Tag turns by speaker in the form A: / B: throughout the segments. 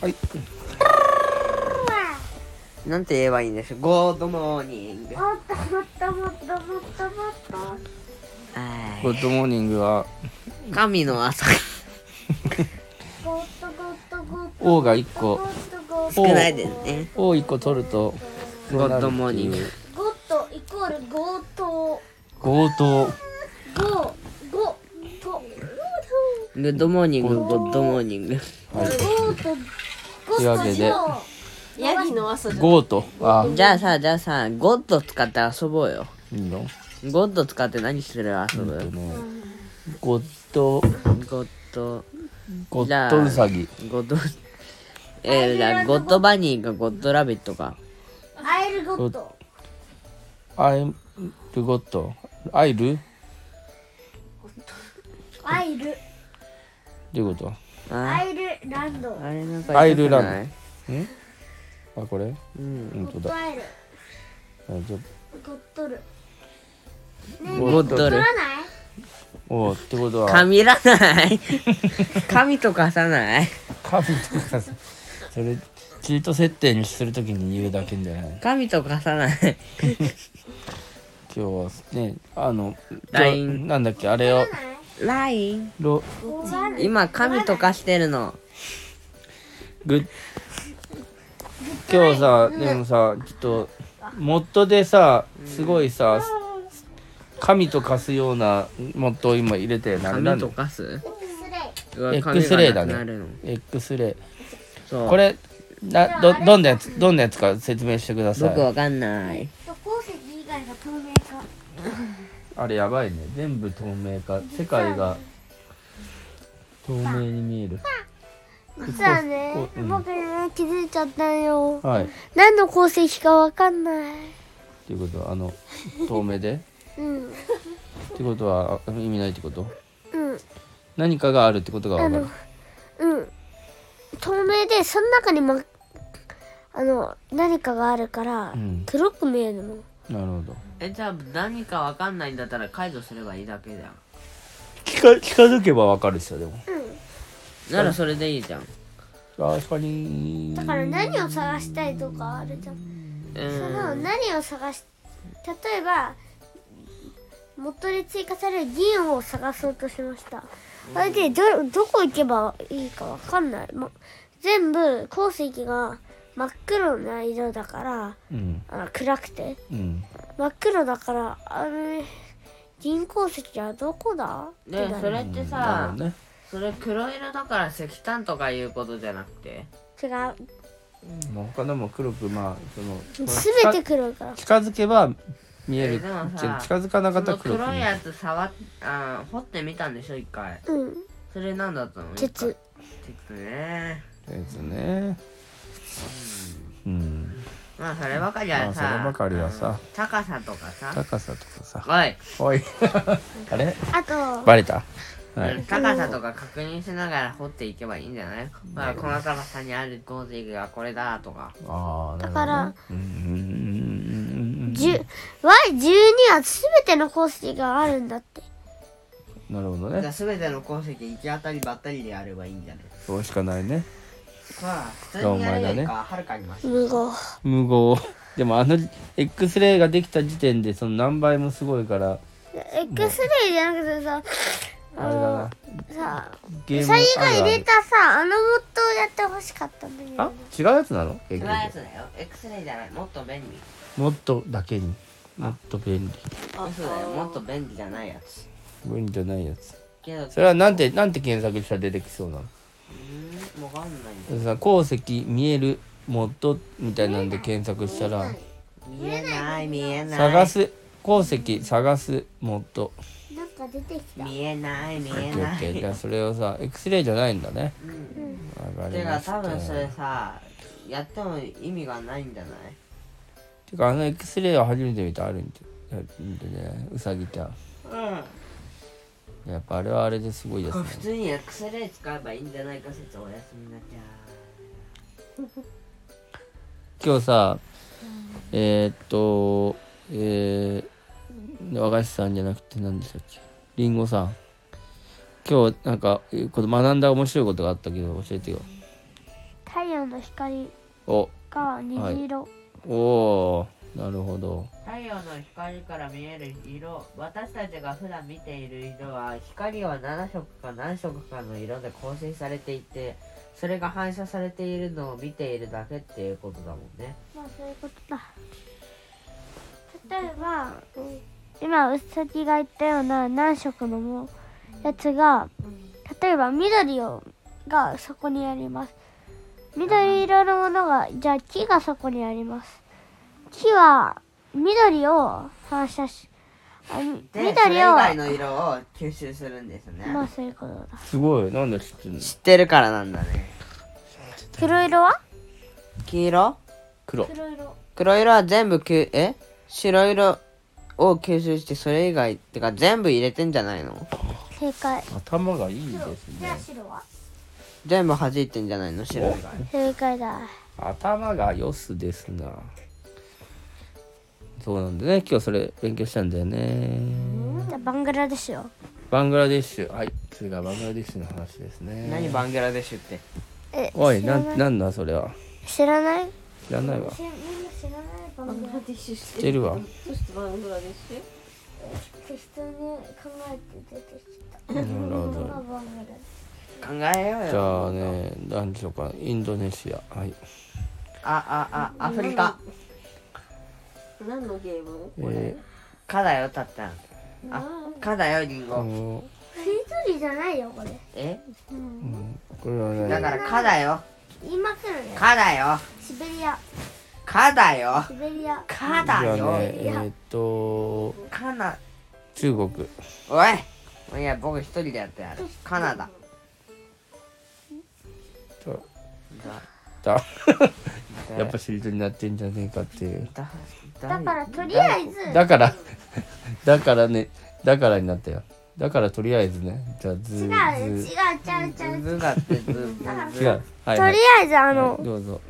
A: はい。
B: なんて言えばいいんですゴードモーニング。
C: もっともっともっともっともっともっ
B: は
A: グッドモーニングは、
B: い。神の朝。
C: とゴッとゴッとゴッと
A: 王が一個
C: ゴッとゴッと
B: 少ないですね。
A: 王一個取ると、
B: ゴードモーニング。
C: ゴッとイコールゴーと
A: 強盗。
C: ゴーゴーとゴ
B: グッドモーニング、ゴッドモーニング。
C: ーとゴーとゴ
A: という
C: ー
A: わ
C: と
A: けで
C: ジョー
D: ヤギの朝じゃん
A: ゴート。あ、
B: じゃあさ、じゃあさ、ゴッド使って遊ぼうよ。
A: いいの
B: ゴッド使って何する遊ぶ、
A: えっとね、ゴッド、
B: ゴッド、
A: ゴッドウサギ。
B: ゴッド、えー、じゃあゴッドバニーかゴッドラビットか。
C: アイルゴット
A: アイルゴッド。アイル
C: アイル
A: どういうこ
B: あ
C: アイルランドゴ
B: あれなん
A: と
B: か
A: ア
B: 言
A: イ
B: いた
A: ル
B: くな
A: ラ
B: い
A: ンド。あ、これ
B: うん。
A: 本当
C: ッ
A: だ
C: と。アイル
A: あちょっ
C: ゴッとる
B: ゴッド
C: 取
B: ル
C: ら。ない
A: とおうってことは、
B: 神ら ない。神とかさない。
A: 神とかさ、それ、チート設定にするときに言うだけじゃない。
B: 神とかさない。
A: 今日はね、あの、
B: ライン
A: なんだっけ、あれを、
B: ライン
A: ロ
C: 取らない
B: 今、神とかしてるの。
A: グッ今日さでもさちょっとモッドでさすごいさ神と化すようなモッドを今入れてな
B: 神
A: ん
B: と
A: だ
B: かす
C: 失礼
B: うわ
A: X レイだ
B: 神がなくなるの
A: ね X レ
B: そ
A: イ
B: う。
A: これなどどんなやつどんなやつか説明してくださ
B: 僕
A: い
B: わかんない。
C: 渡航石以外が透明化
A: あれやばいね全部透明化世界が透明に見える
C: 実はね、
A: うん
C: 僕ね気づいちゃったよ
A: はい
C: 何の鉱石かわかんない
A: っていうことはあの透明で
C: うん
A: ってことはあ意味ないってこと
C: うん
A: 何かがあるってことがわかる
C: うん透明でその中にまあの何かがあるから、
A: うん
C: 黒く見えるの
A: なるほど
B: え、じゃあ何かわかんないんだったら解除すればいいだけじゃん。
A: 聞か聞かづけばわかるっすよでも
B: ならそれでいいじゃん。
A: 確かに
C: だから何を探したいとかあるじゃん、
B: う
C: そ
B: ん。
C: の何を探し例えばモッドで追加される銀を探そうとしましたそれでどどこ行けばいいかわかんない、ま、全部鉱石が真っ黒な色だから
A: うん
C: あの暗くて
A: うん
C: 真っ黒だからあれ銀鉱石はどこだってな
B: ね
C: る
B: それって
A: なる
B: さ
A: ほ、どね
B: それ黒色だから石炭とかいうことじゃなくて
C: 違う
A: まあ他のも黒くまあその
C: 全て黒いから
A: 近づけば見える
B: えでも
A: じゃ
B: さ
A: 近づかなか
B: そ
A: った
B: の
A: ら黒く
B: 黒い
A: 見える
B: やつ触っあー掘ってみたんでしょ一回
C: うん
B: それ何だったの
C: 鉄
B: 一回鉄ね
A: ですねうん
B: まあそればかり
A: ま
B: は
A: あそ
B: さ、
A: ればかりはさ
B: 高さとかさ
A: 高さとかさ
B: おい、
A: おい あれ
C: あと
A: バレたはい
B: 高さとか確認しながら掘っていけばいいんじゃない、まあこの高さにあるゴーゼグがこれだとか
A: ああ
C: だから
A: うんうんうんうんうんうん
C: Y12 は全ての鉱石があるんだって
A: なるほど
B: じゃ
A: ね
B: あ全ての鉱石行き当たりばったりでやればいいんじゃない
A: そうしかないね
B: まあ普通にやるよりかはるかにマシ
C: 無語
A: 無謀でもあの X レイができた時点でその何倍もすごいから
C: エクスレイじゃなくてさ
A: あれだな
C: さ
A: ゲームあ
C: 最後
A: るあ
C: 入れ
A: る
C: たさあのモッドをやってほしかったんだけ
A: あ
C: ど
A: 違うやつなの結
B: 違う
A: 局
B: やつだよ X レイじゃないもっと便利
A: もっとだけにもっと便利
B: 嘘だよもっと便利じゃないやつ
A: 便利じゃないやつ
B: けど
A: それはなんてなんて検索したら出てきそうな
B: うんわかんないんだ
A: のさ鉱石見えるモッドみたいなんで検索したら
B: 見えない見えない
A: 探す鉱石探すモッド
C: なんか出てきた
B: 見えない見え
A: OK
B: な
A: OK じ
B: い
A: ゃあそれをさ X レイじゃないんだね
B: うん
A: わかり
B: て
A: ま
B: か
A: した
B: 多分それさやっても意味がないんじゃない
A: てかあの X レイは初めて見たあるんであるんでねうさぎちゃん
B: うん
A: やっぱあれはあれですごいですね
B: 普通に X レイ使えばいいんじゃないか説お休みなきゃ
A: 今日さえー、っとえー、和菓子さんじゃなくて何でしたっけりんごさん今日なんかえーこの学んだ面白いことがあったけど教えてよ
C: 太陽の光
A: お
C: が虹色、
A: おーなるほど
B: 太陽の光から見える色私たちが普段見ている色は光は7色か何色かの色で構成されていてそれが反射されているのを見ているだけっていうことだもんね
C: まあそういうことだ例えば今うさぎが言ったような何色のもやつが例えば緑をがそこにあります緑色のものがじゃあ木がそこにあります木は緑を反射しあみ
B: でそれ以
C: 緑を
B: 外の色を吸収するんですね、
C: まあそういうことだ
A: すごいなんで知ってんの
B: 知ってるからなんだね
C: 黒色は
B: 黄色
A: 黒
C: 黒色
B: 黒色は全部吸え白色を吸収してそれ以外ってか全部入れてんじゃないの
C: 正解
A: 頭がいいです
C: じゃあ
A: ね
C: 白は
B: 全部弾いてんじゃないの白以外
C: 正解だ
A: 頭がよすですなそうなんでね今日それ勉強したんだよね
C: じゃあバングラデシュよ
A: バングラデシュはい次がバングラデシュの話ですね
B: 何バングラデシュって
C: え
A: おい
C: 知ら
A: な
C: ない
A: んなんだそれは
C: 知らない
A: 知らないわ
C: みんな知らないバ
D: バ
C: ン
D: ン
C: グ
D: グ
C: ラ
D: ラデシュし
A: 知ってるわ
D: どうしてバングラデシュ
C: 適当に考えて出てきた
A: なるほど
C: バングラデ
B: 考えようよ
A: じゃあね何でしょうかインドネシアはい
B: あああアフリカ
D: 何のゲーム
A: え
B: 「か」だよたったんあ「か」だよりん
A: ー、あ
B: ご
A: の
C: シュしりとりじゃないよこれ、
B: え
C: うん、
A: これは
B: だ
A: ね
B: から「か」だよ
C: 今来る
B: 「
C: ね
B: か」だよ
C: シベリア
B: 「か」だよ
C: シベリア
B: 「か」
A: じゃ
B: だ
A: あ
B: よ
A: ねえーっと
B: 「かな
A: 中国」
B: おいおいや僕一人でやってやる「カナダ」
A: と
B: だ
A: だ
B: だ
A: やっぱしりとりになってんじゃねえかっていう
B: だ
C: だ
B: だ
C: からとりあえず
A: だから だからねだからになったよだからとりあえずねじゃあず
C: 違う違う違う
A: ーず
C: 違う
B: ずだってずず
A: ー違うはい、
C: と
A: はい
C: り、あえずあの、
A: どうぞ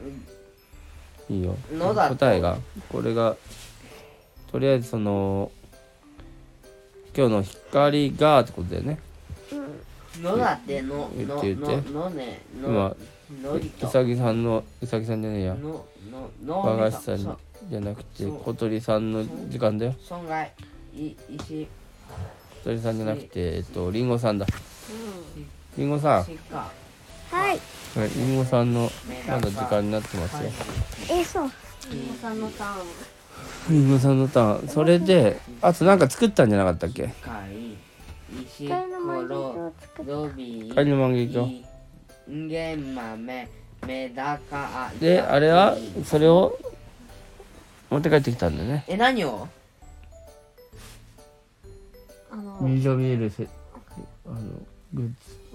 A: いいよ
B: のだと
A: 答えがこれがとりあえずその今日の光がってことだよね
B: のだってのの
A: 言って言
B: の
A: って
B: のねの
A: 今
B: のりと
A: うさぎさんのうさぎさんじゃねえや
B: ののの
A: 和菓子さ
B: そ
A: んじゃなくて
B: そう
A: 小鳥さんの時間だよ
B: 損害い石
A: 小鳥さんじゃなくてえっとりんごさんだりんごさん
B: 石か
C: はい
A: はいりんごさんの
B: メ
A: まだ
B: ダカ
A: 時間になってますよ
C: えそう
D: 皆さんのターン
A: りんごさんのターンそれであとなんか作ったんじゃなかったっけ
B: 貝石
C: 一
B: こ
C: 回の前に
B: ろ
C: を作った
B: ロビ
A: 帰り
B: ー
A: の万劇を
B: インゲン豆メダカア
A: であれはそれを持って帰ってきたんだよね
B: え何を
D: あの
A: 入場見えるせあのグッズ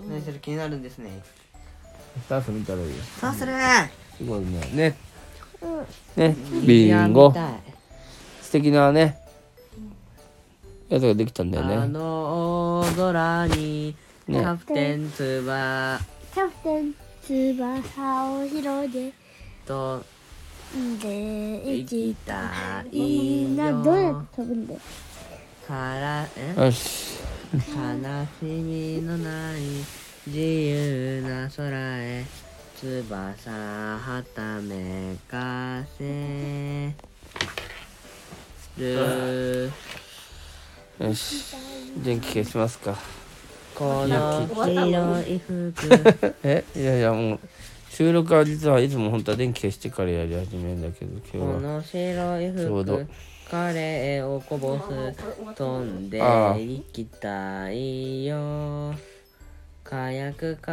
B: 何それ気になるんですね
A: スタッフ見たらいいよ
B: さあそれ
A: すごいねね
C: うん
A: ねビンゴ
B: 見たい
A: 素敵なねやつができたんだ
B: あ
A: よね
B: の大空にキ
A: ね
B: ャプテンツバ
C: キャプテン翼を広げ
B: と
C: で
B: 行
C: 一
B: きた
C: み
B: い
C: んなどうや
B: よ
C: って飛ぶんだよ
B: からえ
A: よし
B: 悲しみのない自由な空へ翼はためかせる
A: よし電気消しますか
B: この白い服
A: えいやいやもう収録は実はいつも本当は電気消してからやり始めるんだけど
B: こ
A: 今日は
B: の白い
A: ちょうど
B: 服彼をこぼす飛んで
A: ああ
B: いきたいよ早く帰っ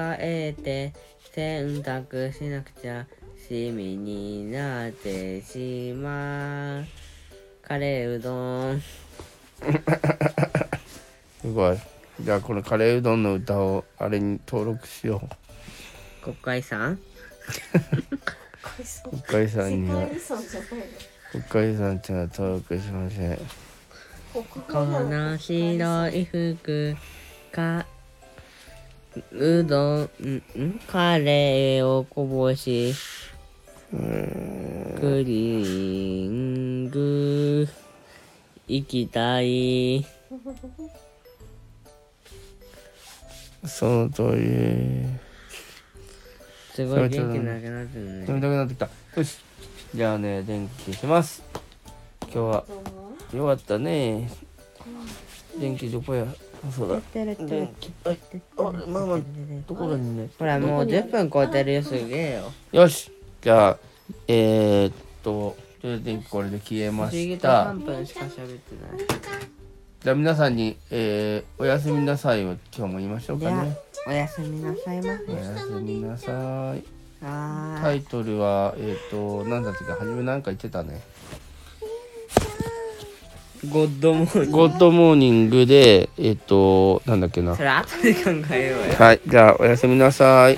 B: て洗濯しなくちゃシミになってしまうカレーうどん
A: すごいじゃあこのカレーうどんの歌をあれに登録しよ
B: 国会さん
A: う国会さんには
D: 世界遺産じゃない
A: 国会さんっていうのは登録しません
D: の国
B: この白い服かうどんんんカレーをこぼしクリーング行きたい
A: その通り
B: すごい元気なくなってる
A: 冷たく
B: ね
A: なってきたよしじゃあね電気消します今日は
D: どうも
A: よかったね電気どこやそうだ電気ああママのところにね
B: ほらもう10分超えてるよすげえよ
A: よしじゃあえー、っととりあえず電気これで消えま
B: 不思議
A: し
B: と
A: た
B: 3分しか喋ってない
A: じゃあ皆さんに、えー、おやすみなさいを今日も言いましょう
B: で
A: か
B: は
A: ね
B: おやすみなさいませ
A: おやすみなさい
B: は
A: タイトルはえー、っと何だったっけ初めなんか言ってたね
B: ーいゴッドモーニング
A: ゴッドモーニングでえー、っとなんだっけな
B: それ後 で考えようよ
A: はい、じゃあおやすみなさい。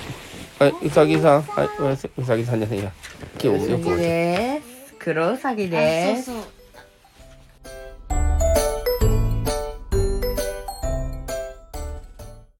A: はい、うさぎさん。はい、おやすうさぎさんじゃないや。今日もよく覚えてる
B: です黒うさぎです
D: そうそう